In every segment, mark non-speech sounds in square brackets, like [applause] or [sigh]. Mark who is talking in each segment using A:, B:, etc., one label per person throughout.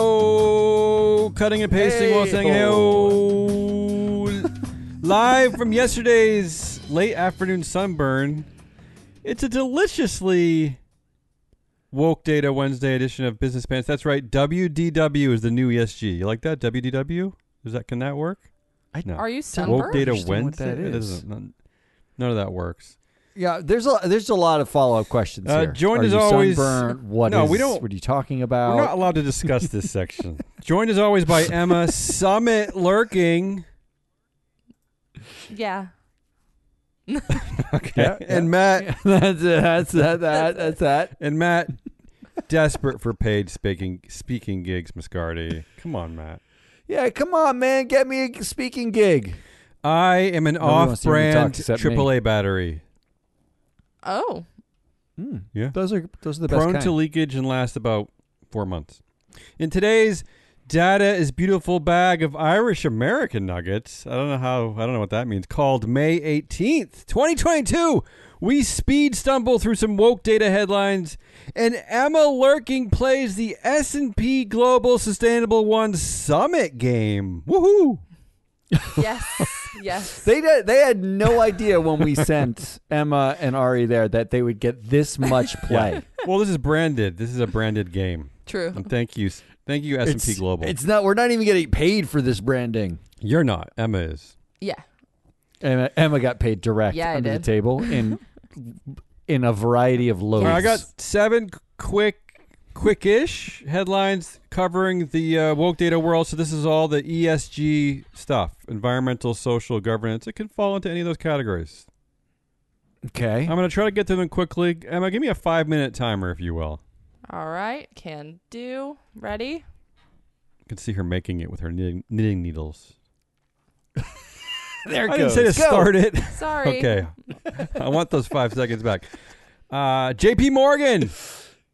A: Heyo, cutting and pasting while saying
B: [laughs]
A: heyo. Live from yesterday's late afternoon sunburn. It's a deliciously woke data Wednesday edition of Business Pants. That's right. WDW is the new ESG. You like that? WDW? Is that can that work?
B: I-
A: no.
C: Are you
A: woke
C: sunburned?
A: data
B: understand what
A: Wednesday.
B: that
A: It
B: is.
A: doesn't- none, none of that works.
B: Yeah, there's a there's a lot of follow up questions
A: Uh,
B: here.
A: joined
B: are
A: as
B: you
A: always-
B: Sunburnt? What
A: No, we
B: is-
A: don't-
B: What are you talking
A: We're
B: about?
A: not allowed to discuss this
B: [laughs]
A: section. Joined as always by Emma Summit lurking.
C: Yeah.
A: Okay.
B: [laughs] Yeah,
A: And Matt
B: that's it, that's [laughs]
A: [laughs]
B: that, that that's that.
A: And Matt, desperate for paid speaking speaking gigs, Mascardi. Come on, Matt.
B: Yeah, come on, man, get me a speaking gig.
A: I am an
B: Nobody wants to hear me talk
A: off-brand
B: except
A: AAA battery,
C: Oh.
A: Yeah.
B: those are those are the
A: prone
B: best
A: to
B: kind.
A: leakage and last about four months. In today's data is beautiful bag of Irish American nuggets. I don't know how I don't know what that means. Called May 18th, 2022. We speed stumble through some woke data headlines and Emma Lurking plays the S&P Global Sustainable One Summit game. Woohoo!
C: Yes.
A: [laughs]
C: yes.
B: They did, they had no idea when we sent [laughs] Emma and Ari there that they would get
A: [laughs]
B: this much play.
A: well, this is branded. This is a branded game.
C: True.
A: And thank you, thank you, S and P
B: It's-
A: Global.
B: It's not. We're not even getting paid for this branding.
A: You're not. Emma is.
C: Yeah.
B: Emma, Emma got paid direct
C: Yeah, I
B: under the
C: did.
B: table
C: [laughs]
B: in in a variety of loads.
A: All right, I got seven qu- quick, quick-ish headlines covering the uh, woke data world. So this is all the ESG stuff: environmental, social, governance. It can fall into any of those categories.
B: okay.
A: I'm going to try to get to them quickly. Emma, give me a five-minute timer, if you will.
C: All right. Can do. Ready?
A: I can see her making it with her knitting, knitting needles.
B: [laughs] there
A: I didn't say to
B: Go.
A: start it.
C: Sorry.
A: Okay. I want those five seconds back. Uh, JP Morgan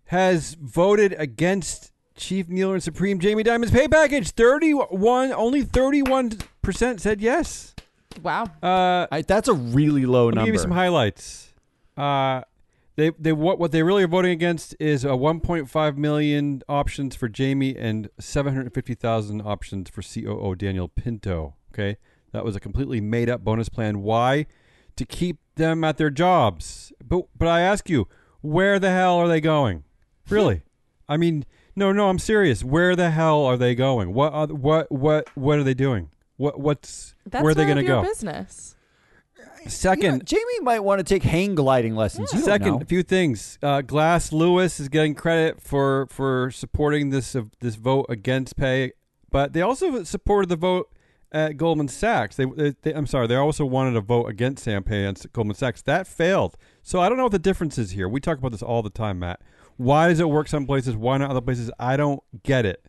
A: has voted against Chief Mueller and Supreme Jamie Dimon's pay package. 31, only 31% said yes.
C: Wow.
A: Uh,
B: I, that's a really low
A: let me
B: number.
A: give you some highlights. Uh, they, they what what they really are voting against is uh, a 1.5 million options for Jamie and 750,000 options for COO Daniel Pinto. Okay, that was a completely made up bonus plan. Why? To keep them at their jobs. But but I ask you, where the hell are they going? Really? I mean, no, no, I'm serious. Where the hell are they going? What are, what what what are they doing? What what's
C: That's
A: where are they
C: none
A: going to
C: of your
A: go?
C: business.
B: You know,
A: Second,
B: Jamie might want to take hang gliding lessons. You don't
A: Second,
B: know.
A: a few things. Uh, Glass Lewis is getting credit for for supporting this uh, this vote against pay, but they also supported the vote at Goldman Sachs. They, they, they I'm sorry, they also wanted a vote against Sam Pay and Goldman Sachs. That failed. So I don't know what the difference is here. We talk about this all the time, Matt. Why does it work some places? Why not other places? I don't get it.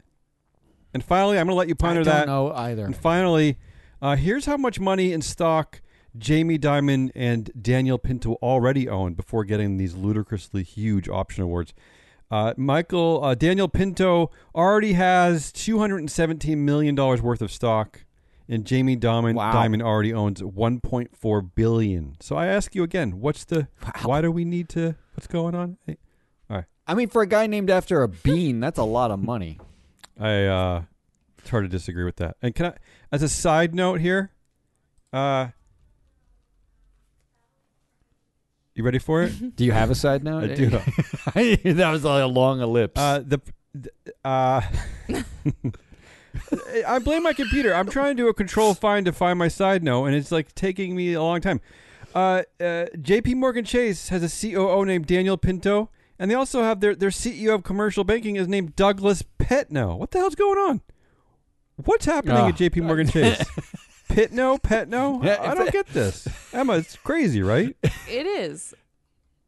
A: And finally, I'm going to let you
B: I
A: ponder
B: don't
A: that.
B: know either.
A: And finally, uh, here's how much money in stock Jamie Dimon and Daniel Pinto already owned before getting these ludicrously huge option awards. Uh, Michael uh, Daniel Pinto already has 217 million dollars worth of stock, and Jamie Dimon,
B: Wow.
A: Dimon already owns 1.4 billion. So I ask you again, what's the why do we need to? What's going on?
B: I mean, for a guy named after a bean, that's a lot of money.
A: I uh it's hard to disagree with that. And can I as a side note here, uh you ready for it?
B: Do you have a side
A: [laughs]
B: note?
A: I do.
B: [laughs] that was a long ellipse.
A: Uh the th- uh [laughs] I blame my computer. I'm trying to do a control find to find my side note and it's like taking me a long time. Uh, uh JP Morgan Chase has a COO named Daniel Pinto and they also have their their CEO of commercial banking is named Douglas Petno. What the hell's going on? What's happening
B: Ah.
A: at JP Morgan
B: [laughs]
A: Chase? Pitno, Petno?
B: Yeah,
A: I, I
B: if
A: don't
B: it-
A: get this. Emma, it's crazy, right?
C: It is.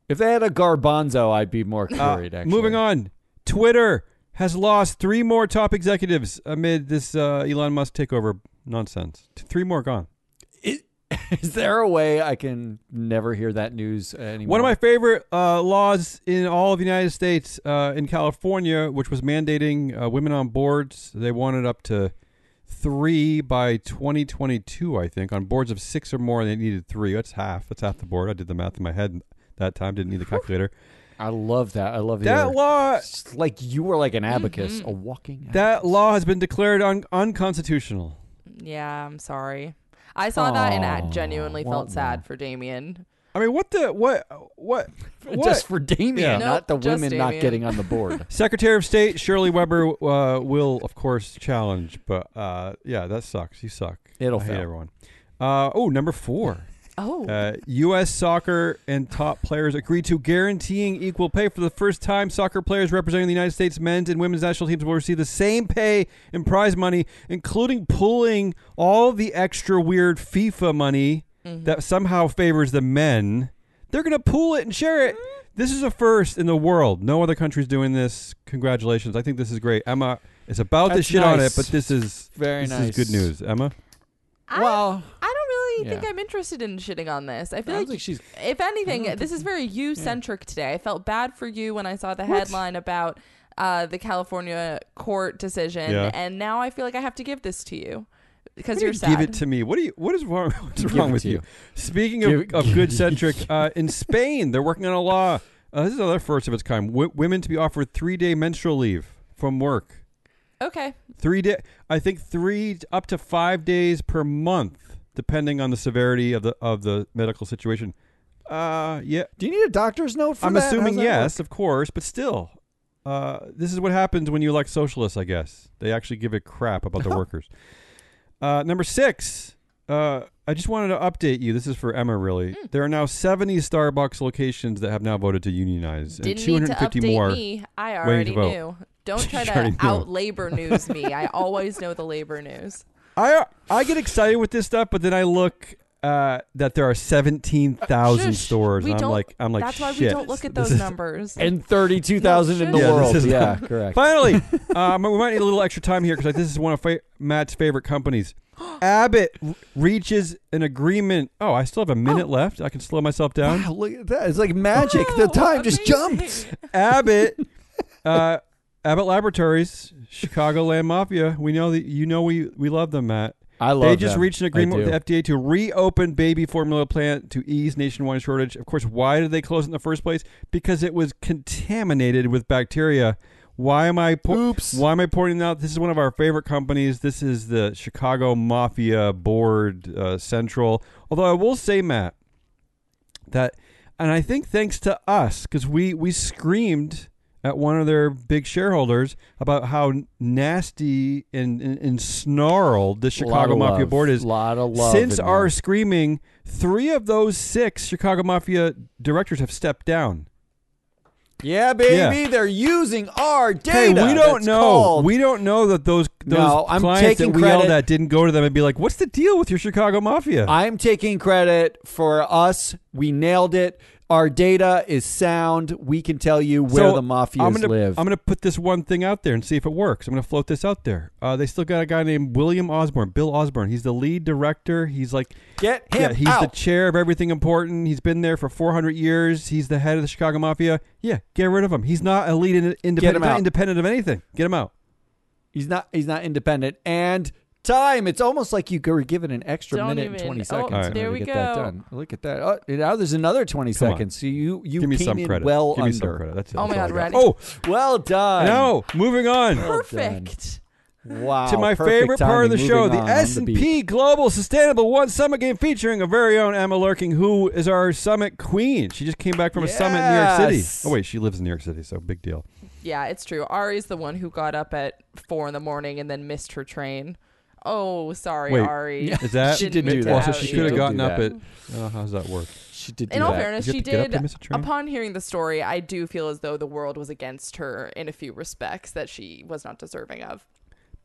B: if they had a garbanzo, I'd be more
A: Uh,
B: worried. actually,
A: moving on, Twitter has lost three more top executives amid this uh, Elon Musk takeover nonsense. T- Three more gone.
B: Is, [laughs] is there a way I can never hear that news anymore?
A: One of my favorite uh, laws in all of the United States, uh, in California, which was mandating uh, women on boards, they wanted up to three by 2022, I think. On boards of six or more, they needed three. That's half. That's half the board. I did the math in my head that time. Didn't need the calculator.
B: I love that. I love
A: That
B: your-
A: law
B: It's like you were like an abacus,
C: Mm-hmm.
B: a walking.
A: that
B: abacus.
A: law has been declared un- unconstitutional.
C: Yeah, I'm sorry. I saw that and I
B: Aw,
C: genuinely
B: well,
C: felt sad
B: no.
C: for Damien.
A: I mean, what the what [laughs] what what?
B: just for Damien,
A: Yeah.
B: not the
C: Nope, just
B: women not
C: Damien.
B: getting on
A: [laughs]
B: the board.
A: Secretary of State Shirley Weber uh, will, of course, challenge, but uh, yeah, that sucks. You suck.
B: It'll
A: I hate
B: fail.
A: everyone. Uh, oh, number four.
C: Oh,
A: Uh, U.S. soccer and top players agree to guaranteeing equal pay for the first time. Soccer players representing the United States men's and women's national teams will receive the same pay and prize money, including pulling all the extra weird FIFA money
C: Mm-hmm.
A: that somehow favors the men. They're going to pool it and share it.
C: Mm-hmm.
A: This is a first in the world. No other country's doing this. Congratulations. I think this is great. Emma is about to
B: That's
A: shit on it,
B: nice.
A: but this is
B: Very
A: this
B: nice.
A: is good news. Emma,
C: I,
B: well,
C: I don't really think
B: Yeah.
C: I'm interested in shitting on this. I
B: I
C: feel
B: don't
C: like,
B: think she's.
C: if
A: Oh,
C: anything, this is very you centric today. I felt bad for you when I saw the headline about uh, the California court decision,
A: Yeah.
C: and now I feel like I have to give this to you because
A: What do
C: you're
A: you
C: sad.
A: give it to me. What do you? What is wrong? [laughs] What's
B: Give
A: wrong
B: it
A: with
B: to
A: you?
B: you.
A: Speaking
B: Give
A: of,
B: it-
A: of [laughs] good centric, uh, in Spain they're working on a law. Uh, this is another first of its kind. W- women to be offered three day menstrual leave from work.
C: okay,
A: Three day. I think three t- up to five days per month, depending on the severity of the of the medical situation. Uh, yeah.
B: Do you need a doctor's note for
A: I'm
B: that? How's
A: assuming
B: that
A: yes, of course, but still. Uh, this is what happens when you elect socialists, I guess. They actually give a crap about
C: [laughs]
A: the workers. Uh, number six, uh, I just wanted to update you. This is for Emma, really.
C: Hmm.
A: There are now 70 Starbucks locations that have now voted to unionize, and
C: didn't need to
A: 250
C: update
A: more.
C: me. I
A: to
C: already
A: vote.
C: knew.
A: [laughs]
C: Don't try
A: You already
C: to
A: knew.
C: out labor news me. I always know the labor news.
A: I I get excited with this stuff, but then I look uh, that there are 17,000
C: Shush.
A: stores,
C: We
A: and I'm
C: don't-
A: work. like, I'm [laughs] like,
C: That's why we
A: shit,
C: don't look at
A: this
C: those
A: is-
C: numbers.
B: work? And thirty-two thousand in the
C: Yeah,
A: this
B: world.
A: is-
B: Yeah,
A: [laughs]
B: correct.
A: Finally, um, we might need a little extra time here because this is one of fa- Matt's favorite [gasps] companies. Abbott r- reaches an agreement. Oh, I still have a minute left. I can slow myself down.
B: Wow, look at that. It's like magic.
C: Oh,
B: the time just jumped.
A: [laughs] Abbott, [laughs] uh, Abbott Laboratories, Chicagoland Mafia. We know that you know we we love them, Matt.
B: I love
A: They just
B: them.
A: reached an
B: I
A: agreement
B: do.
A: with the FDA to reopen baby formula plant to ease nationwide shortage. Of course, why did they close it in the first place? Because it was contaminated with bacteria. Why am I po-
B: Oops.
A: Why am I pointing out? This is one of our favorite companies. This is the Chicago Mafia Board uh, Central. Although I will say, Matt, that, and I think thanks to us, because we we screamed at one of their big shareholders about how nasty and, and, and snarled the Chicago
B: Lot of
A: Mafia
B: love.
A: board is.
B: Lot of love
A: Since
B: in
A: our
B: there.
A: screaming, three of those six Chicago Mafia directors have stepped down.
B: yeah, baby, they're using our data.
A: Hey, we don't
B: That's
A: know.
B: called-
A: We don't know that those those
B: No, I'm
A: clients that
B: taking
A: we yelled
B: credit.
A: at didn't go to them and be like, "What's the deal with your Chicago Mafia?"
B: I'm taking credit for us. We nailed it. Our data is sound. We can tell you where
A: So,
B: the mafias
A: I'm gonna,
B: live.
A: I'm going to put this one thing out there and see if it works. I'm going to float this out there. Uh, they still got a guy named William Osborne, Bill Osborne. He's the lead director. He's like,
B: Get him
A: yeah, he's the
B: out.
A: chair of everything important. He's been there for 400 years. He's the head of the Chicago Mafia. Yeah, get rid of him. He's not a lead in, independent.
B: Get
A: he's
B: him
A: not
B: out.
A: independent of anything. Get him out.
B: he's not. He's not independent. And time. It's almost like you were given an extra
C: Don't
B: minute and
C: even-
B: twenty
C: oh,
B: seconds.
A: Alright.
B: in
C: there
B: order
C: we
B: to get that
C: go.
B: done. Look at that. Oh, now there's another twenty
A: Come on.
B: seconds. So you you
A: Give me
B: came
A: some
B: in
A: credit.
B: well
A: Give me some
B: under.
A: credit. That's, that's
C: Oh my
A: all I
C: God,
A: got.
C: Randy.
A: Oh
B: Well done.
A: no, moving on.
B: Well done.
C: Perfect.
B: Wow.
A: to my
B: perfect
A: favorite part of the
B: timing.
A: show,
B: Moving
A: the
B: on, on
A: S and
B: beat.
A: P Global Sustainable One Summit Game, featuring our very own Emma Lurking, who is our summit queen. She just came back from a summit in New York
B: Yes.
A: City. Oh wait, she lives in New York City, so big deal.
C: Yeah, it's true. Ari's the one who got up at four in the morning and then missed her train. Oh, sorry,
A: Wait.
C: Ari.
A: Is that
C: She
B: didn't do that.
A: Also, she
B: [laughs] She
A: could have
B: did
A: gotten
B: do
A: up at.
B: that.
A: Oh, how's that work?
B: She did.
C: In
B: do
C: all
B: that.
C: fairness,
A: You have
C: she
A: to get up
C: did.
A: to miss a train?
C: Upon hearing the story, I do feel as though the world was against her in a few respects that she was not deserving of.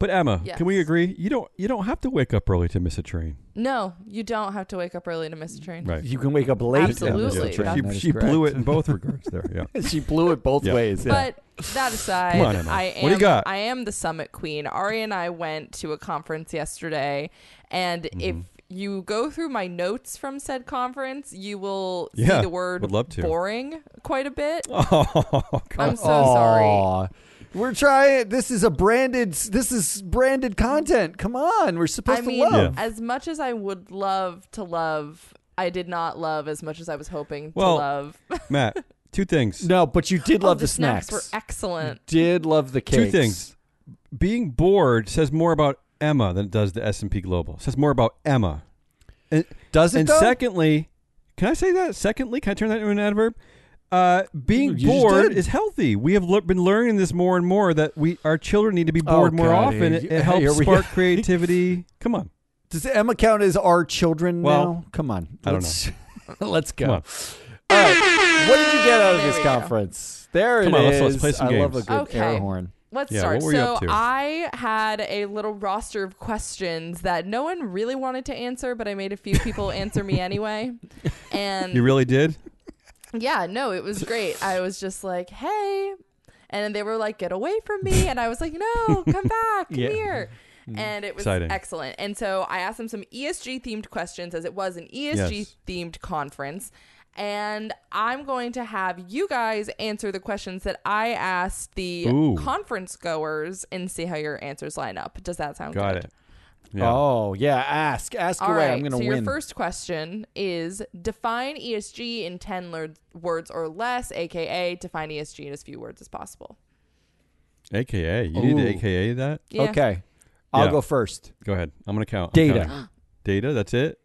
A: But Emma,
C: Yes.
A: can we agree? You don't. You don't have to wake up early to miss a train.
C: No, you don't have to wake up early to miss a train.
A: Right.
B: You can wake up late.
C: Absolutely.
B: And miss the
C: Yeah.
B: train.
A: She,
B: That is
A: she blew it
B: correct.
A: in both regards. There. Yeah.
B: she blew it both
A: Yeah.
B: ways. Yeah.
C: But that aside,
A: Come on, Emma.
C: I
A: What
C: am
A: do you got?
C: I am the summit queen. Ari and I went to a conference yesterday, and
A: Mm-hmm.
C: if you go through my notes from said conference, you will
A: Yeah,
C: see the word
A: would love to.
C: boring quite a bit.
A: Oh God.
B: Um,
C: I'm so sorry.
B: Aw. We're trying. This is a branded. This is branded content. Come on, we're supposed
C: I mean,
B: to love.
A: Yeah.
C: as much as I would love to love, I did not love as much as I was hoping
A: Well,
C: to love.
A: Matt, Two things.
B: No, but you did
C: Oh,
B: love the,
C: snacks.
B: snacks.
C: were excellent.
B: did love the
A: Two
B: cakes.
A: things. Being bored says more about Emma than it does the S and P Global. It says more about Emma. And,
B: Does it
A: and
B: though?
A: secondly, can I say that? Secondly, can I turn that into an adverb? Uh, being
B: You just
A: bored
B: did.
A: is healthy. We have le- been learning this more and more that we our children need to be
B: Oh,
A: bored more
B: God,
A: often.
B: here
A: It,
B: you-
A: it
B: here
A: helps
B: we [laughs]
A: spark
B: go.
A: creativity. Come on,
B: Does Emma count as our children
A: Well,
B: now? Come on.
A: I don't
B: Let's, [laughs] let's go.
A: Come
B: All
A: on.
B: right. What did you get out of
C: There
B: this
C: we go.
B: conference? There it is.
A: Come on, let's- let's play some
B: I love a
A: games.
B: good air
C: Okay.
B: horn.
C: Let's
A: Yeah,
C: start.
A: what were you
C: so
A: up to?
C: I had a little roster of questions that no one really wanted to answer, but I made a few people answer
A: [laughs]
C: me anyway. And
A: you really did.
C: yeah, no, it was great. I was just like, hey. And they were like, get away from me. And I was like, no, come
A: [laughs]
C: back, come
B: Yeah.
C: here. And it was
A: Mm-hmm. Exciting.
C: excellent. And so I asked them some ESG themed questions as it was an ESG themed conference. And I'm going to have you guys answer the questions that I asked the
A: Ooh.
C: conference goers and see how your answers line up. Does that sound
A: Got
C: good?
A: it. Yeah.
B: Oh, yeah. Ask. Ask
C: All
B: away.
C: right.
B: I'm going to
C: so
B: win.
C: your first question is define ESG in 10 lear- words or less, aka define ESG in as few words as possible.
A: AKA, you need
B: Ooh.
A: to AKA that.
C: Yeah. [gasps]
B: Okay. I'll
A: Yeah.
B: go first.
A: Go ahead. I'm gonna count. I'm
B: Data.
A: counting. Data. That's it.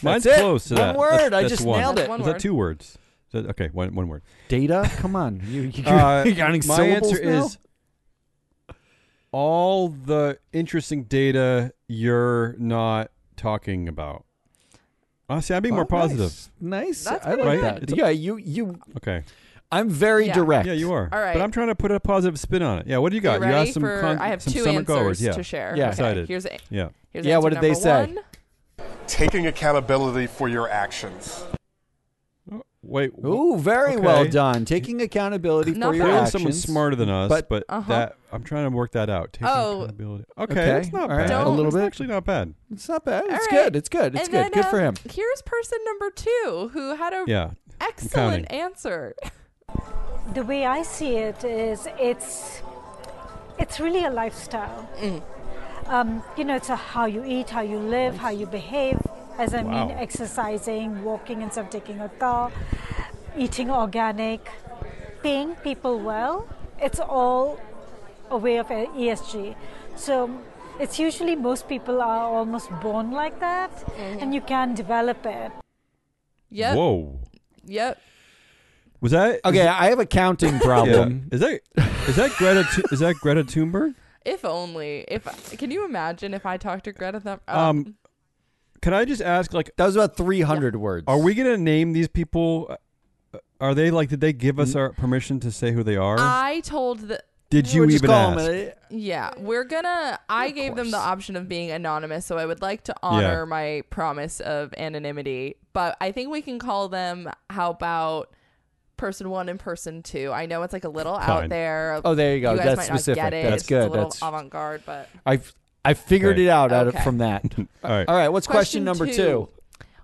A: Mine's
B: That's it.
A: close to
B: One
A: that.
B: word.
A: That's-
B: I
A: that's
B: just
A: one.
B: nailed
C: That's
B: it.
C: one
A: Is
C: word.
A: that two words? Is that- okay, one one word.
B: Data? Come on. You, you,
A: Uh,
B: [laughs] you counting
A: My
B: syllables
A: answer
B: now?
A: is all the interesting data you're not talking about. Honestly, I'm being more
B: Oh, nice.
A: positive.
B: Nice.
C: That's
B: I like
C: pretty
A: good.
B: that.
A: It's a-
B: yeah, you you
A: Okay.
B: I'm very
C: Yeah.
B: direct.
A: Yeah, you are.
C: All right.
A: But I'm trying to put a positive spin on it. Yeah, what do you
C: You
A: got? You,
C: ready
A: asked some
C: for,
A: con-
C: I have
A: some
C: two
A: summer
C: answers
A: goers. Yeah.
C: to share.
B: Yeah.
C: Okay,
A: Excited.
C: Here's a,
A: Yeah.
C: here's
B: Yeah,
C: answer
B: what did they
C: number
B: say?
C: one.
D: taking accountability for your actions.
A: Oh, Wait. wh-
B: Ooh, very
A: Okay.
B: well done. Taking accountability
C: Not
B: for your
A: Clearly
B: actions.
A: someone's smarter than us,
B: but-
A: but,
C: Uh-huh.
A: that I'm trying to work that out. Taking
C: Oh.
A: accountability. Okay,
B: Okay,
A: that's not
B: all
A: bad.
B: right.
C: Don't-
A: A little
B: It's
A: bit. actually not bad.
B: It's not bad.
C: All
B: It's
C: right.
B: good. It's good. It's
C: And
B: good.
C: then,
B: good for him.
C: um, Here's person number two who had a
A: Yeah.
C: excellent
A: counting.
C: answer. [laughs]
E: The way I see it is it's it's really a lifestyle. Um, you know, it's a how you eat, how you live, how you behave. As I mean,
A: Wow.
E: exercising, walking instead of taking a car, eating organic, paying people well. It's all a way of ESG. So it's usually most people are almost born like that, and you can develop it.
C: Yep.
A: Whoa.
C: Yep.
A: Was that
B: Okay, I have a counting problem.
A: Is that [laughs] is that Greta Tu- is that Greta Thunberg?
C: If only. If can you imagine if I talked to Greta Thumb?
A: Um, can I just ask, like,
B: That was about 300 words.
A: are we gonna name these people? Uh, Are they like? Did they give us our permission to say who they are?
C: I told the
A: Did you
B: We're Uh, just
A: even
B: calling
A: ask?
B: it-
C: Yeah, we're gonna. I gave them the option of being anonymous, so I would like to honor my promise of anonymity. But I think we can call them. How about person one and person two? I know it's like a little out
A: Fine.
C: there.
B: Oh, there you go.
C: guys
B: That's
C: might
B: specific.
C: Not get it.
B: That's
C: it's
B: good.
C: A little
B: That's-
C: avant garde, but
B: I I figured
A: Okay.
B: it out out of,
C: Okay.
A: [laughs]
B: from that.
A: All right.
B: All right, what's question,
C: Question
B: number 2?
C: two.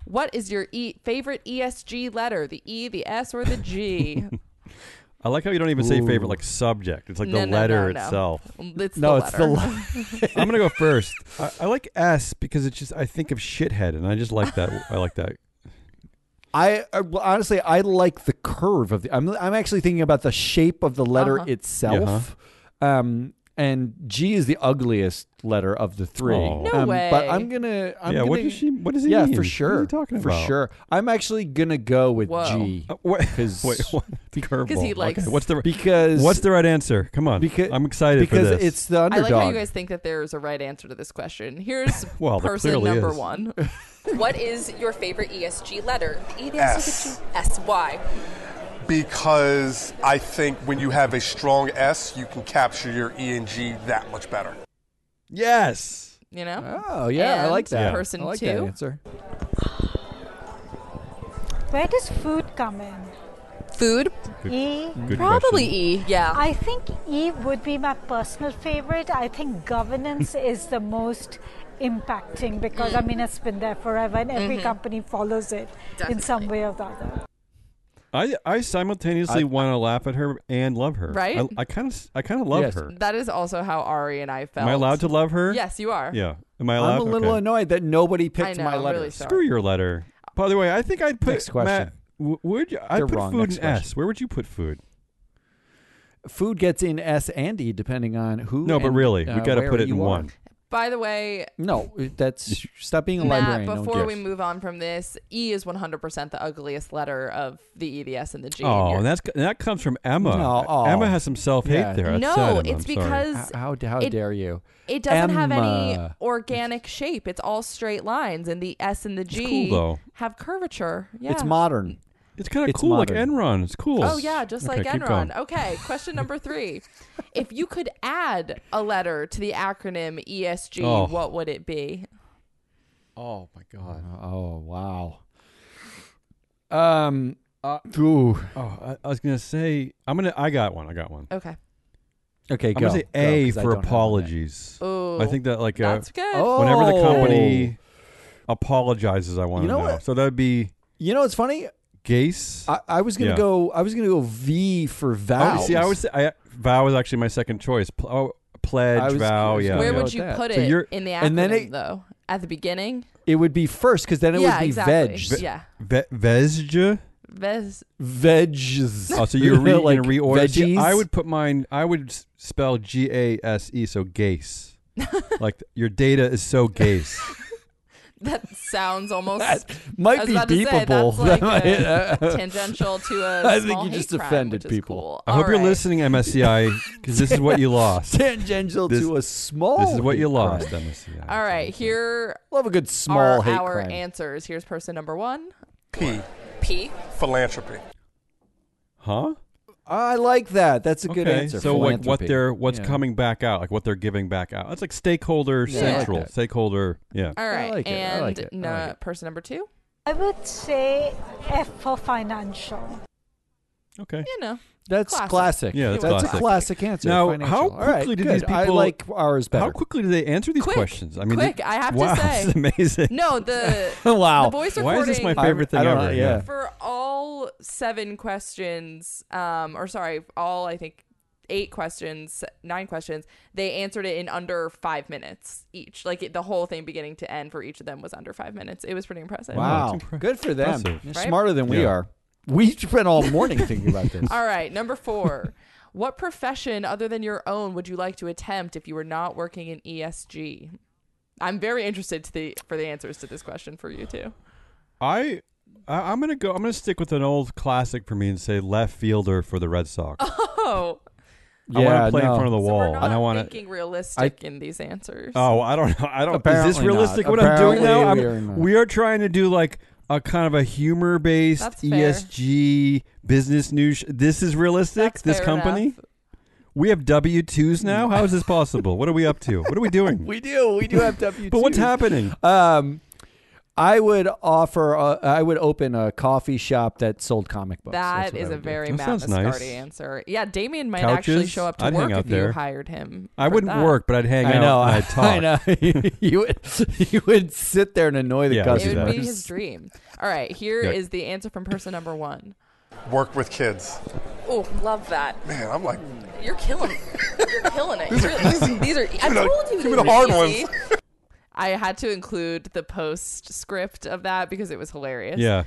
C: what is your e- favorite ESG letter? The E, the S, or the G?
B: [laughs]
A: I like how you don't even say
B: Ooh.
A: favorite, like subject. It's like
C: No,
A: the
C: no,
A: letter
C: no, no.
A: itself.
C: it's
B: No,
C: the
B: it's the
C: letter.
B: la-
A: [laughs] I'm gonna go
B: [laughs]
A: first. I, I like S because it's just I think of shithead, and I just like
B: [laughs]
A: that. I like that.
B: I uh, well, honestly I like the curve of the I'm I'm actually thinking about the shape of the letter
C: Uh-huh.
B: itself. Um and G is the ugliest letter of the three.
A: Aw. No
B: um, But
C: way.
B: I'm gonna.
A: Oh.
B: I'm
A: yeah.
B: Gonna,
A: What does she? What does he
B: yeah,
A: mean?
B: for
A: What is
B: sure.
A: he talking
B: For
A: about?
B: sure. I'm actually gonna go with
C: Whoa.
B: G
A: Uh,
B: [laughs]
A: what?
B: because
A: Wait. What? [laughs] Curveball. Okay,
C: likes-
A: What's the?
B: because
A: What's the right answer? Come on.
B: Because-
A: I'm excited for
B: because
A: this.
B: it's the
C: I
B: underdog.
C: like how you guys think that there's a right answer to this question. Here's
A: [laughs] Well, there
C: person
A: clearly
C: number
A: is. [laughs]
C: one. what is your favorite ESG letter? The E, the
D: S or
C: S, Y.
D: Because I think when you have a strong S, you can capture your E and G that much better.
A: yes.
C: You know?
B: oh yeah, I
C: And
B: like that.
C: person
B: I like
C: two.
B: that answer.
E: Where does food come in?
C: Food?
E: E.
A: Good
C: Probably
A: question.
C: E. Yeah.
E: I think E would be my personal favorite. I think governance is the most impacting because I mean it's been there forever and every company follows it in some way or the other.
A: I I simultaneously want to laugh at her and love her.
C: Right?
A: I kind of I kind of love
B: Yes.
A: her.
C: that is also how Ari and I felt.
A: Am I allowed to love her?
C: Yes, you are.
A: Yeah. Am I allowed?
B: I'm a little
A: Okay.
B: annoyed that nobody
C: I
B: picked
C: know,
B: my
C: I'm
B: letter.
C: really sorry.
A: Screw your letter. By the way, I think I'd put
B: Next question.
A: Matt, W- would you? I
B: They're
A: put
B: wrong.
A: food
B: Next
A: in
B: question.
A: S. Where would you put food?
B: Food gets in S and E depending on who.
A: No, but
B: and,
A: really, we
B: uh,
A: got to
B: where
A: put it in
B: you are.
A: one.
C: By the way,
B: No, that's stop being a
C: Matt,
B: librarian. don't
C: before
B: give.
C: we move on from this, E is 100% the ugliest letter of the E, the S, and the G.
A: Oh,
C: You're-
A: and that's and that comes from Emma.
B: No, oh.
A: Emma has some self hate
B: Yeah.
A: there. That's sad, Emma,
C: no, it's
A: I'm sorry.
C: because
B: how how
C: it-
B: dare you?
C: it doesn't have any
A: uh,
B: Emma.
C: organic shape. It's all straight lines, and the S and the G
A: cool, though.
C: have curvature. Yeah.
B: It's modern.
A: it's kind of
B: it's
A: cool, like
B: modern.
A: Enron. It's cool.
C: Oh yeah, just
A: Okay,
C: like
A: keep going.
C: Enron. Okay, question
A: [laughs]
C: number three: If you could add a letter to the acronym ESG,
A: Oh.
C: what would it be?
A: Oh my god.
B: Oh wow. Um.
A: Uh,
B: ooh.
A: Oh, I, I was gonna say I'm gonna. I got one. I got one.
C: Okay.
B: Okay.
A: I'm
B: go.
A: gonna say
B: Go,
A: A
B: 'cause I
A: for
B: don't have one
A: apologies.
C: Ooh,
B: Oh,
A: I think that like uh,
C: that's good.
B: yet. Oh.
A: whenever the company apologizes, I want to
B: You know
A: know.
B: what?
A: So that would be
B: You know what's funny?
A: Gase.
B: I, I was gonna
A: Yeah.
B: go. I was gonna go V for
A: I
B: vows.
A: would- see, I would say I, vow is actually my second choice. Pl- oh, pledge,
B: I was- I
A: vow,
B: was
A: yeah.
B: gonna
C: Where
B: go
A: yeah.
B: with
C: would you
B: that.
C: put
A: So
C: it
A: you're-
C: in the acronym
B: and then it-
C: though? At the beginning?
B: It would be first because then it
C: yeah,
B: would be
C: exactly.
B: veg.
C: Yeah.
A: Ve-
B: [laughs]
A: Vesge.
C: Ves-
B: Vegs.
A: Oh, so you're re-
B: Like
A: gonna reorder. See,
B: veggies?
A: I would put mine. I would s- spell G A S E. So
B: [laughs]
A: Gase. like th- your data is so Gase.
C: [laughs] that sounds almost
B: That
C: [laughs] I
B: might
C: was
B: be
C: about to say,
B: beepable. [laughs]
C: that's like
B: That might- uh,
C: tangential to a.
B: [laughs] I think
C: small
B: you
C: hate
B: just
C: crime,
B: offended
C: which is
B: people.
C: cool.
A: I hope
C: All
A: you're
C: right.
A: listening, MSCI, because this is what you
B: [laughs]
A: lost.
B: tangential
A: This-
B: to a small.
A: This is what you
B: hate
A: lost,
B: crime.
A: MSCI.
C: All right, here
B: Love a good small
C: are
B: hate
C: our
B: crime.
C: answers. Here's person number one.
D: P.
C: P.
D: Philanthropy.
A: Huh?
B: I like that. That's a good
A: okay.
B: answer.
A: So like what
B: Philanthropy.
A: they're what's
B: Yeah.
A: coming back out, like what they're giving back out. That's like stakeholder
B: Yeah,
C: I like
A: central,
B: that.
A: stakeholder. Yeah.
C: All right,
B: like it, I
C: and
B: like it, I
C: no-
B: like it.
C: person number two.
E: I would say F for financial.
A: Okay.
C: You know,
B: That's
C: Classic.
B: classic.
A: Yeah, that's
B: that's
A: classic.
B: a classic answer.
A: Now,
B: Financial.
A: how
B: All right,
A: quickly did
B: good.
A: these
B: I
A: people-
B: like ours better.
A: How quickly do they answer these
C: Quick.
A: questions? I mean,
C: quick.
A: they-
C: I have
A: wow, [laughs]
C: to say,
A: this is amazing.
C: no
B: [laughs]
C: [laughs] the
B: wow.
C: the voice recording.
A: Why is this my
B: I-
A: favorite
B: I
A: thing
B: don't
A: ever?
B: know, yeah.
C: for all seven questions, um, or sorry, all I think eight questions, nine questions, they answered it in under five minutes each. Like it, the whole thing, beginning to end, for each of them was under five minutes. It was pretty impressive.
A: Wow,
B: Wow.
A: it's impre-
B: Good for them.
A: impressive.
B: They're
C: Right?
B: smarter than we
A: Yeah.
B: are. We spent all morning thinking about
A: [laughs]
B: this.
C: All right, number [laughs] four. what profession other than your own would you like to attempt if you were not working in ESG? I'm very interested to the for the answers to this question for you too.
A: I, I I'm gonna go. I'm gonna stick with an old classic for me and say left fielder for the Red Sox.
C: [laughs] Oh,
A: I want
B: Yeah,
A: to play
B: no.
A: in front of the
C: so
A: wall,
C: we're not
A: and I want to.
C: thinking realistic in these answers.
A: Oh, I don't know. I don't. is
B: Apparently
A: this realistic?
B: not.
A: What I'm doing now?
B: Apparently
A: I'm-
B: we are not.
A: we are trying to do like a kind of a humor
C: That's
A: based
C: fair.
A: ESG business news. sh- This is realistic.
C: That's
A: this
C: fair
A: company.
C: enough.
A: We have W twos now. How is this possible? what are we up to? What are we
C: [laughs]
A: doing?
B: We do. We do have W.
A: but what's happening?
B: Um, I would offer. A, I would open a coffee shop that sold comic books. That's
C: That
B: what
C: is
B: I
C: a
B: would do.
C: very
A: That
C: Matt
A: sounds
C: Mascardi
A: nice.
C: answer. Yeah, Damien might actually
A: Couches?
C: show up to
A: I'd hang
C: work
A: out
C: if
A: there.
C: you hired him.
A: I
C: for
A: wouldn't
C: that.
A: work, but I'd hang
B: [laughs] I
A: out
B: know.
A: and I'd talk.
B: I know. you would. You would sit there and annoy the
A: Yeah, I would do
C: It
A: that.
C: would
B: customers.
C: be his dream. All right, here is
A: Yeah.
C: the answer from person number one.
D: Work with kids.
C: Oh, love that.
D: Man, I'm like,
C: You're killing it. You're killing it. These are easy. These are. I
D: me the-
C: told you.
D: give me
C: these
D: the
C: were
D: hard
C: easy.
D: ones.
C: I had to include the postscript of that because it was hilarious.
A: Yeah.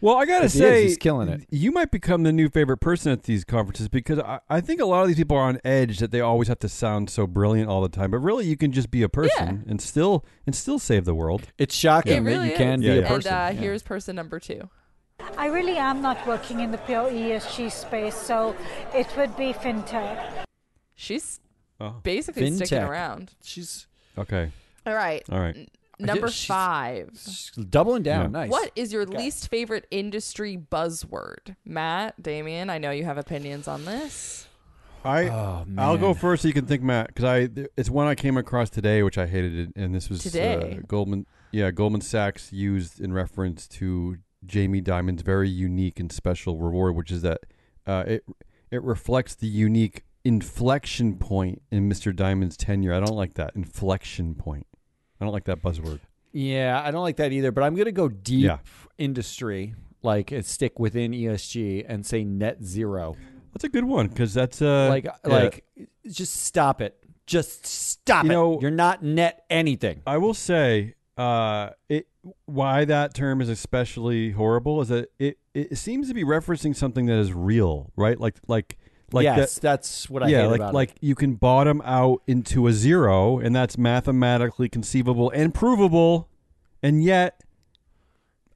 A: Well, I gotta
B: It is.
A: say,
B: He's killing it.
A: You might become the new favorite person at these conferences because I, I think a lot of these people are on edge that they always have to sound so brilliant all the time. But really, you can just be a person and still and still save the world.
B: It's
C: It
B: shocking
C: really
B: that you
C: is.
B: can
A: Yeah,
B: be
A: yeah.
B: a person.
C: And uh,
B: Yeah.
C: here's person number two.
E: I really am not working in the pure ESG space, so it would be fintech.
C: She's
A: Oh.
C: basically sticking
B: Fintech.
C: around.
B: she's
A: Okay.
C: All right.
A: All right.
C: Number
B: she's-
C: five.
B: she's doubling down.
A: Yeah.
B: Nice.
C: What is your least favorite industry buzzword? Matt, Damien, I know you have opinions on this.
A: I
B: Oh,
A: I'll go
B: man.
A: first so you can think, Matt, because I th- it's one I came across today which I hated, it, and this was
C: Today?
A: Uh, Goldman. Yeah, Goldman Sachs used in reference to Jamie Dimon's very unique and special reward, which is that uh, it it reflects the unique inflection point in Mr. Diamond's tenure. I don't like that inflection point. I don't like that buzzword.
B: Yeah, I don't like that either. But I'm going to go deep
A: Yeah.
B: industry, like and stick within ESG, and say net zero.
A: That's a good one because that's uh,
B: like,
A: yeah.
B: like, just stop it. Just stop
A: You
B: it.
A: know-
B: You're not net anything.
A: I will say uh, it why that term is especially horrible is that it it seems to be referencing something that is real, right? Like like like
B: yes,
A: that,
B: that's what I
A: yeah,
B: hate
A: like
B: about it.
A: like you can bottom out into a zero, and that's mathematically conceivable and provable, and yet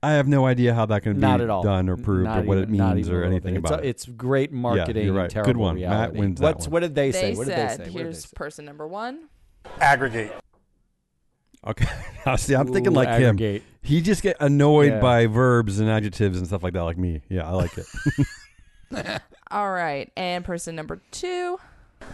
A: I have no idea how that can
B: not
A: be
B: at all
A: done or proved
B: Not
A: or what
B: even-
A: it
B: not
A: means
B: even
A: or
B: a little
A: anything
B: bit.
A: about
B: it's,
A: it.
B: It's great marketing.
A: you're
B: and
A: right. Good
B: terrible
A: one. Matt
B: reality.
A: wins that
B: What's
A: one.
B: what did they say?
C: They
B: what did
C: said,
B: they say? What did they
C: here's
B: say?
C: person number one.
D: Aggregate.
A: Okay, [laughs] see, I'm thinking
B: Ooh,
A: like
B: aggregate.
A: him. He just get annoyed
B: Yeah.
A: by verbs and adjectives and stuff like that, like me. Yeah, I like it. [laughs]
C: All right. And person number two.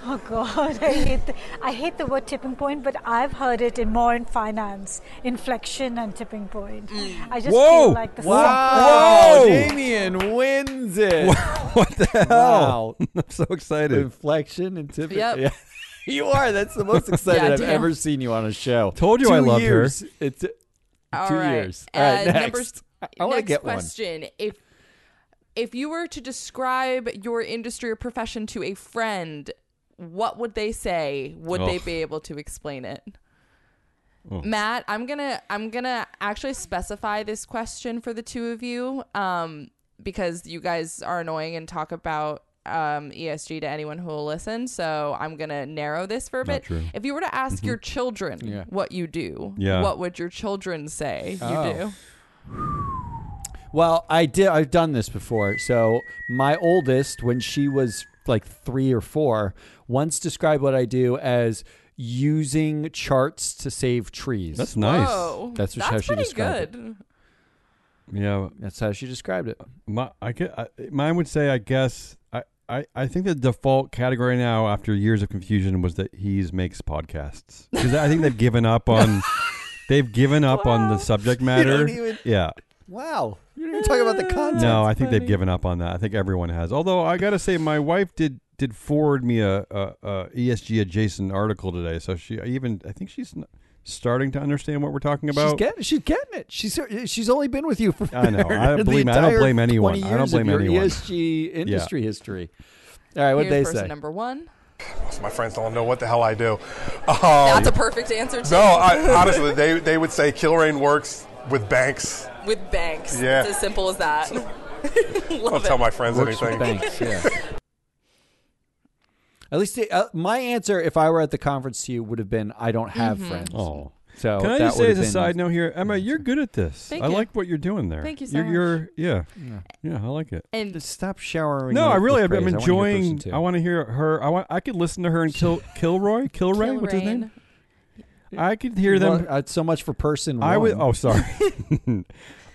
E: Oh God, [laughs] I hate the, I hate the word tipping point, but I've heard it in more in finance, inflection and tipping point. I just
A: Whoa!
E: feel like the
B: Wow,
A: Whoa!
B: Damien wins it.
A: what the hell? [laughs]
B: Wow.
A: I'm so excited.
B: Inflection and tipping.
C: Yep.
B: Yeah. [laughs] You are. That's the most excited
C: Yeah,
B: I've
C: damn.
B: ever seen you on a show.
A: Told you
B: Two
A: I loved her.
B: years. It's two
C: All right.
B: years. All right,
C: Uh,
B: next.
C: number s-
B: I want to
C: next
B: get
C: question. If if you were to describe your industry or profession to a friend, what would they say? Would they
A: Ugh.
C: be able to explain it? Matt, I'm gonna I'm gonna actually specify this question for the two of you, um, because you guys are annoying and talk about um, ESG to anyone who will listen. So I'm gonna narrow this for a
A: Not
C: bit.
A: true.
C: If you were to ask your children
B: Mm-hmm. Yeah.
C: what you do,
A: Yeah.
C: what would your children say you
B: Oh.
C: do?
B: one. Well, I did. I've done this before. So my oldest, when she was like three or four, once described what I do as using charts to save trees.
A: That's nice.
C: Whoa.
B: That's how she
C: pretty
B: described
C: good.
A: Yeah,
B: That's how she described it.
A: my I, gue- I mine would say I guess I, I I think the default category now after years of confusion was that he's makes podcasts because I think they've given
B: [laughs]
A: up on they've given up on the subject matter.
B: even-
A: yeah.
B: Wow. You didn't even talk about the content.
A: No, I think they've given up on that. I think everyone has. Although I gotta say, my wife did did forward me a, a, a ESG adjacent article today, so she even I think she's n- starting to understand what we're talking about.
B: She's getting, she's getting it. She's she's only been with you for.
A: I know. I don't
B: [laughs] the
A: blame- I don't
B: entire
A: blame anyone.
B: 20
A: I don't
B: years
A: blame
B: of your
A: anyone.
B: ESG industry history. All right, what
C: Here's
B: they
C: person
B: say?
C: number one.
D: My friends don't know what the hell I do. Um,
A: Oh.
C: That's a perfect answer
D: no,
C: to
D: I, honestly, they, they would say Kilrain works with banks.
C: with banks.
D: Yeah.
C: It's as simple as that.
A: [laughs]
C: [laughs]
D: I
C: Love
D: don't tell
C: it.
D: my friends
B: Works with
D: anything.
B: banks. Yeah. At least the, uh, my answer, if I were at the conference to you, would have been I don't have friends.
A: Oh.
B: So
A: Can I
B: that
A: just
B: would
A: say as
B: have
A: a
B: been- Mm-hmm.
A: side note here, Emma, you're good at this.
C: Thank
A: I
C: you.
A: like what you're doing there.
C: Thank you so
A: you're,
C: much.
A: You're, yeah, yeah, I like it.
C: And
B: Just Stop showering.
A: No,
B: me
A: I
B: with
A: really, I'm
B: praise. I wanna hear person
A: enjoying.
B: two.
A: I want to hear her. I want. I could listen to her and
B: [laughs]
A: Kil, Kilroy, Kilray, what's his name? I could hear them.
B: Well, uh, so much for person.
A: I would.
B: one.
A: Oh,
C: [laughs]
A: sorry. [laughs]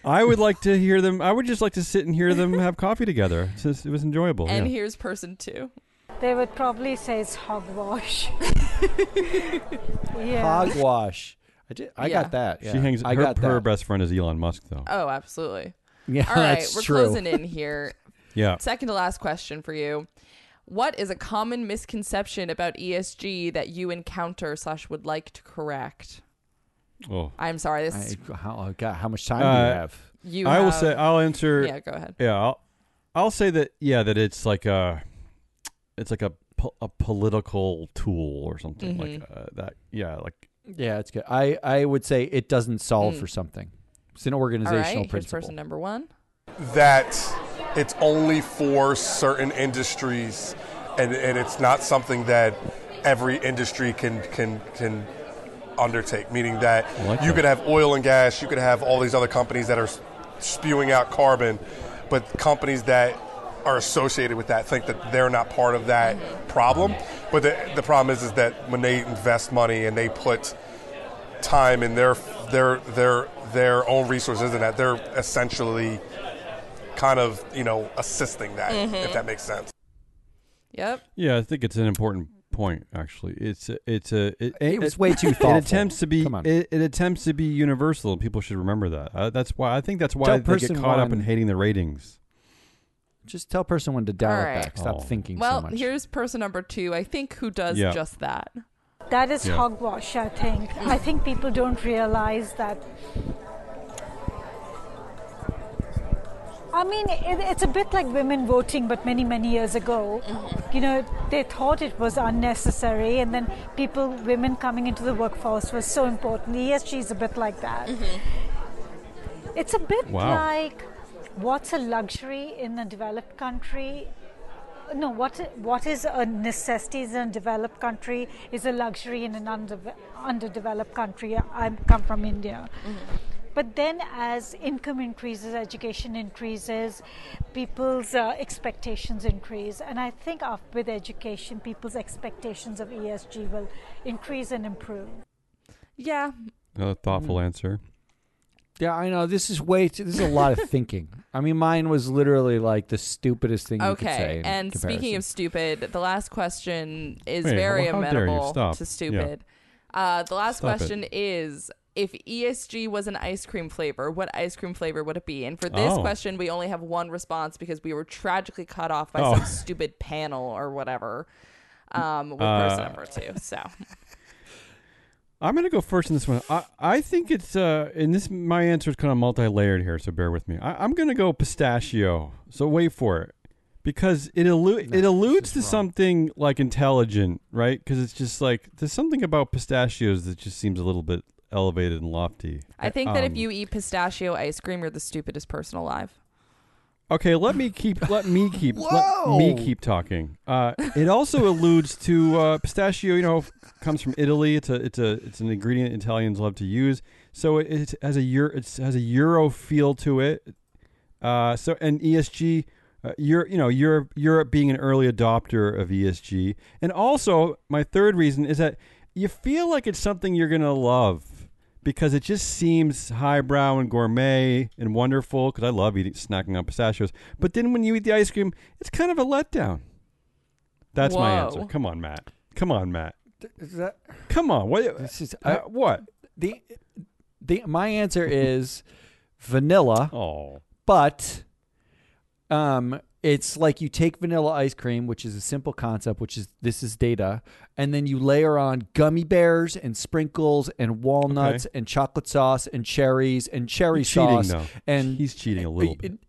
A: I would like to hear them. I would just like to sit and hear them have coffee together. It's just- it was enjoyable.
C: And
A: Oh, yeah.
C: here's person two.
E: They would probably say it's hogwash. yeah.
B: hogwash. I did. I
C: Yeah.
B: got that.
A: she
B: yeah.
A: hangs.
B: I
A: her,
B: got
A: her
B: that.
A: best friend is Elon Musk, though. [laughs]
C: Oh, absolutely.
B: Yeah,
C: All right,
B: that's
C: we're
B: true.
C: closing in here.
A: yeah.
C: Second to last question for you. What is a common misconception about ESG that you encounter slash would like to correct?
A: Oh.
C: I'm sorry, this
B: I,
C: is
B: how, oh, God, how much time do
A: Uh,
B: you have?
C: you.
A: I will
C: have-
A: say. I'll answer.
C: yeah, go ahead.
A: Yeah, I'll, I'll say that. Yeah, that it's like a, it's like a po- a political tool or something like uh, that. Yeah, like
B: Yeah, it's good. I, I would say it doesn't solve
C: Mm.
B: for something. It's an
C: All
B: organizational
C: right, here's
B: principle.
C: person number one.
D: that it's only for certain industries and, and it's not something that every industry can can can undertake meaning that
A: like
D: you
A: that.
D: could have oil and gas you could have all these other companies that are s- spewing out carbon but companies that are associated with that think that they're not part of that problem but the, the problem is is that when they invest money and they put time and their their their their own resources and that they're essentially kind of you know assisting that if that makes sense
C: Yep.
A: yeah, I think it's an important point. Actually, it's a, it's a it,
B: It was way too
A: it
B: thoughtful.
A: attempts to be
B: Come on.
A: it, it attempts to be universal. and People should remember that. Uh, that's why I think that's why
B: Tell
A: they get
B: person
A: caught up in
B: one-
A: hating the ratings.
B: Just tell person when to dial
C: All
B: it
C: right.
B: back. Stop
A: Oh.
B: thinking
C: Well,
B: so much.
C: here's person number two. I think who does
A: Yeah.
C: just that.
E: That is
A: Yeah.
E: hogwash, I think. I think people don't realize that. I mean, it, it's a bit like women voting, but many, many years ago. You know, they thought it was unnecessary, and then people, women coming into the workforce was so important. ESG is a bit like that. It's a bit
A: Wow.
E: like what's a luxury in a developed country? No, what what is a necessity in a developed country is a luxury in an under, underdeveloped country. I come from India. But then, as income increases, education increases, people's uh, expectations increase. And I think af with education, people's expectations of ESG will increase and improve.
C: Yeah.
A: Another thoughtful answer.
B: Yeah, I know. This is way too, this is a lot
C: [laughs]
B: of thinking. I mean, mine was literally like the stupidest thing you could say.
C: Okay.
B: in
C: And speaking
B: comparison.
C: of stupid, the last question is
A: Wait,
C: very
A: how- how dare you?
C: amenable
A: Stop.
C: to
A: Yeah.
C: stupid. Uh, the last
A: Stop it.
C: question is if ESG was an ice cream flavor, what ice cream flavor would it be? And for this
A: Oh.
C: question, we only have one response because we were tragically cut off by
A: Oh.
C: some stupid panel or whatever. Um, with
A: Uh,
C: person number two. So
A: I'm going to go first in this one. I, I think it's, uh, and this, my answer is kind of multi layered here, so bear with me. I, I'm going to go pistachio. So wait for it. Because it, allu- it alludes to something like intelligent, right? Because it's just like, there's something about pistachios that just seems a little bit elevated and lofty.
C: I think that
A: Um,
C: if you eat pistachio ice cream, you're the stupidest person alive.
A: Okay, let me keep let me keep let me keep talking. Uh, it also alludes to uh, pistachio. You know, comes from Italy. It's a it's a it's an ingredient Italians love to use. So it, it has a Euro it has a Euro feel to it. Uh, so and ESG, uh, Europe, you know Europe Europe being an early adopter of E ESG, and also my third reason is that you feel like it's something you're gonna love because it just seems highbrow and gourmet and wonderful. Because I love eating snacking on pistachios, but then when you eat the ice cream, it's kind of a letdown. That's my
C: Whoa.
A: answer. Come on, Matt. Come on, Matt.
B: Is that-
A: Come on. What?
B: this is
A: uh,
B: I-
A: what?
B: the the my answer is vanilla,
A: Oh,
B: but um it's like you take vanilla ice cream, which is a simple concept, which is this is data, and then you layer on gummy bears and sprinkles and walnuts and chocolate sauce and cherries and cherry
A: He's cheating,
B: sauce
A: though.
B: and
A: he's cheating a little bit.
B: it-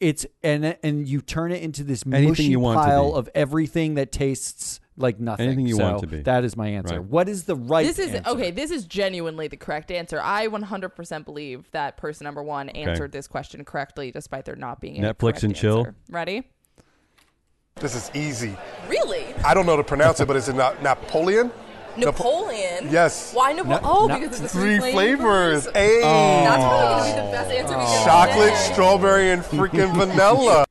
B: it's and and you turn it into this
A: Anything
B: mushy
A: you want to
B: pile
A: be.
B: of everything that tastes like nothing.
A: Anything you
B: So
A: want to be.
B: That is my answer.
A: Right.
B: What is the right?
C: this is
B: answer?
C: okay this is genuinely the correct answer i 100% believe that person number one answered this question correctly despite there not being any
A: Netflix
C: correct
A: and chill.
C: answer. ready
D: This is easy.
C: really
D: I don't know to pronounce it, but it's a Na- Napoleon.
C: napoleon
D: Yes.
C: why napoleon oh
B: no-
C: because it's
D: Three flavors. Hey.
C: that's probably gonna be the best answer we get
D: Chocolate, strawberry, and freaking vanilla.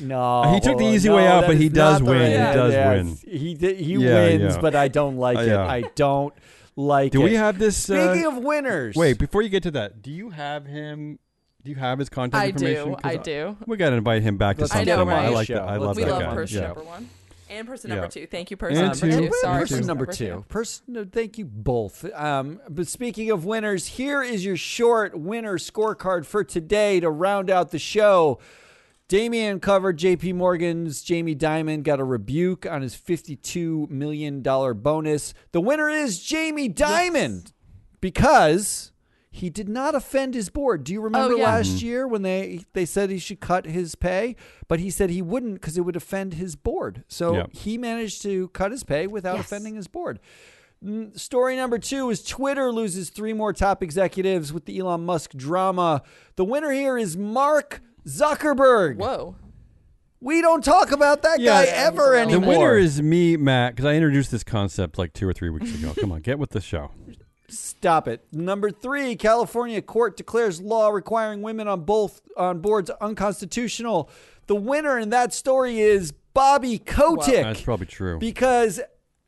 B: No,
A: He took the
B: hold on.
A: easy way out,
B: that
A: but he
B: is
A: does
B: not the
A: win.
B: right
A: He
B: answer.
A: does
B: Yes. He did, he
A: Yeah,
B: wins,
A: yeah. Uh,
B: but I don't like it.
A: Yeah.
B: I don't like
A: Do
B: it.
A: we have this? uh,
B: Speaking of winners,
A: Wait, before you get to that, do you have him? Do you have his contact
C: I do,
A: information? 'Cause
C: I do.
A: We gotta invite him back to
B: Let's
C: I
A: something.
C: know, right?
A: I like that. I
B: Let's
A: love
C: we
A: that
C: love
A: guy.
C: person
A: Yeah.
C: number one and person
A: Yeah.
C: number two thank you person
A: And
C: number
A: two.
C: two,
A: And
C: sorry
B: person number two. Person, no, thank you both. Um, but speaking of winners, here is your short winner scorecard for today to round out the show. Damian covered JP Morgan's Jamie Dimon got a rebuke on his $52 million bonus. The winner is Jamie Dimon because he did not offend his board. Do you remember
C: yeah.
B: last year when they they said he should cut his pay, but he said he wouldn't because it would offend his board. So
A: Yeah.
B: he managed to cut his pay without
C: Yes.
B: offending his board. Mm, Story number two is Twitter loses three more top executives with the Elon Musk drama. The winner here is Mark Zuckerberg.
C: whoa
B: We don't talk about that
A: Yeah,
B: guy ever
A: The
B: anymore.
A: winner is me, Matt, because I introduced this concept like two or three weeks ago. Come on, get with the show.
B: Stop it. Number three, California court declares law requiring women on both on boards unconstitutional. The winner in that story is Bobby
A: That's
B: Kotick
A: probably true.
B: because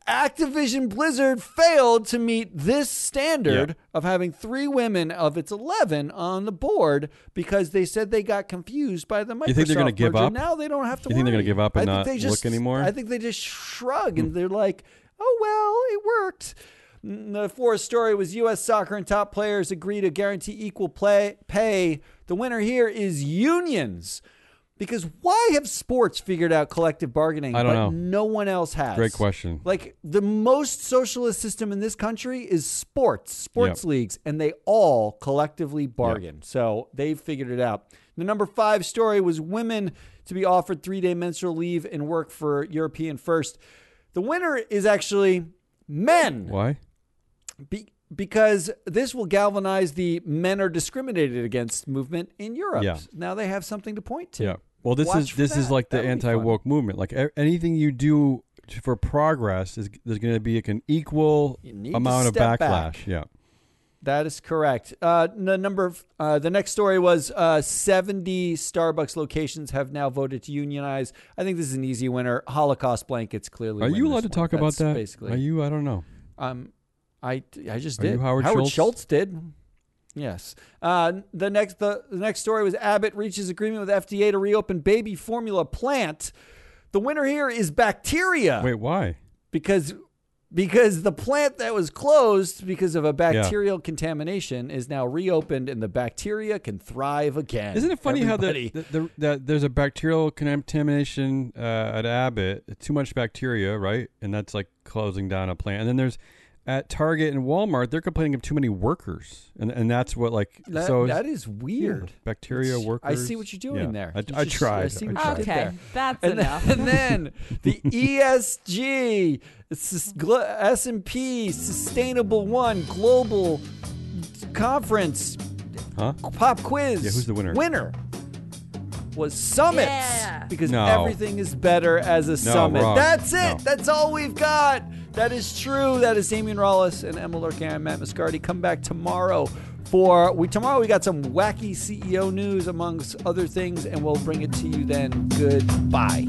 B: Activision Blizzard failed to meet this standard
A: Yeah.
B: of having three women of its eleven on the board because they said they got confused by the Microsoft
A: You think they're gonna give
B: merger.
A: up?
B: Now they don't have to.
A: You think they're gonna
B: worry.
A: give up and
B: I think
A: not
B: they just,
A: look anymore? Hmm.
B: I think they just shrug and they're like, "Oh well, it worked." N- The fourth story was U.S. soccer and top players agree to guarantee equal play pay. The winner here is unions. Because why have sports figured out collective bargaining,
A: I don't
B: but
A: know.
B: no one else has?
A: Great question.
B: Like the most socialist system in this country is sports, sports
A: Yep.
B: leagues, and they all collectively bargain. So they've figured it out. The number five story was women to be offered three day menstrual leave and work for European first. The winner is actually men.
A: Why?
B: Be- because this will galvanize the men are discriminated against movement in Europe.
A: Yeah.
B: Now they have something to point to.
A: Yeah. Well, this
B: Watch
A: is
B: for
A: this is
B: that.
A: like the
B: That would be
A: anti woke movement. Like a- anything you do t- for progress is there's going to be like an equal
B: You need to
A: amount of
B: step
A: backlash.
B: back.
A: Yeah.
B: That is correct. Uh, the number, of, uh, the next story was uh, 70 Starbucks locations have now voted to unionize. I think this is an easy winner. Holocaust blankets clearly.
A: Are
B: win
A: you
B: this
A: allowed to
B: one.
A: talk about
B: That's
A: that?
B: Basically,
A: Are you? I don't know.
B: Um, I I just
A: Are
B: did.
A: you Howard
B: Schultz?
A: Schultz?
B: did. Yes. Uh, the next the, the next story was Abbott reaches agreement with FDA to reopen baby formula plant. The winner here is bacteria
A: Wait, why?
B: because because the plant that was closed because of a bacterial contamination is now reopened and the bacteria can thrive again.
A: Isn't it funny
B: Everybody-
A: how the, the, the, that there's a bacterial contamination uh, at Abbott, too much bacteria, right? And that's like closing down a plant. And then there's at Target and Walmart, they're complaining of too many workers, and and that's what like
B: that,
A: so
B: that is weird.
A: bacteria
B: It's-
A: workers.
B: I see what you're doing
A: Yeah.
B: there.
A: I,
B: You
A: I
B: just- I
A: tried.
B: see what
A: I
B: you
A: tried.
B: did
C: Okay,
B: there.
C: that's
B: and
C: enough.
B: Then, and then the E ESG, it's this gl- S&P Sustainable One Global Conference
A: Huh?
B: pop quiz.
A: Yeah, who's the winner?
B: Winner was Summit
C: Yeah.
B: because
A: No.
B: everything is better as a summit.
A: wrong.
B: That's it.
A: No.
B: That's all we've got. That is true. That is Damien Rollis and Emma Lurkin. I'm Matt Mascardi. Come back tomorrow for we tomorrow we got some wacky E CEO news amongst other things, and we'll bring it to you then. Goodbye.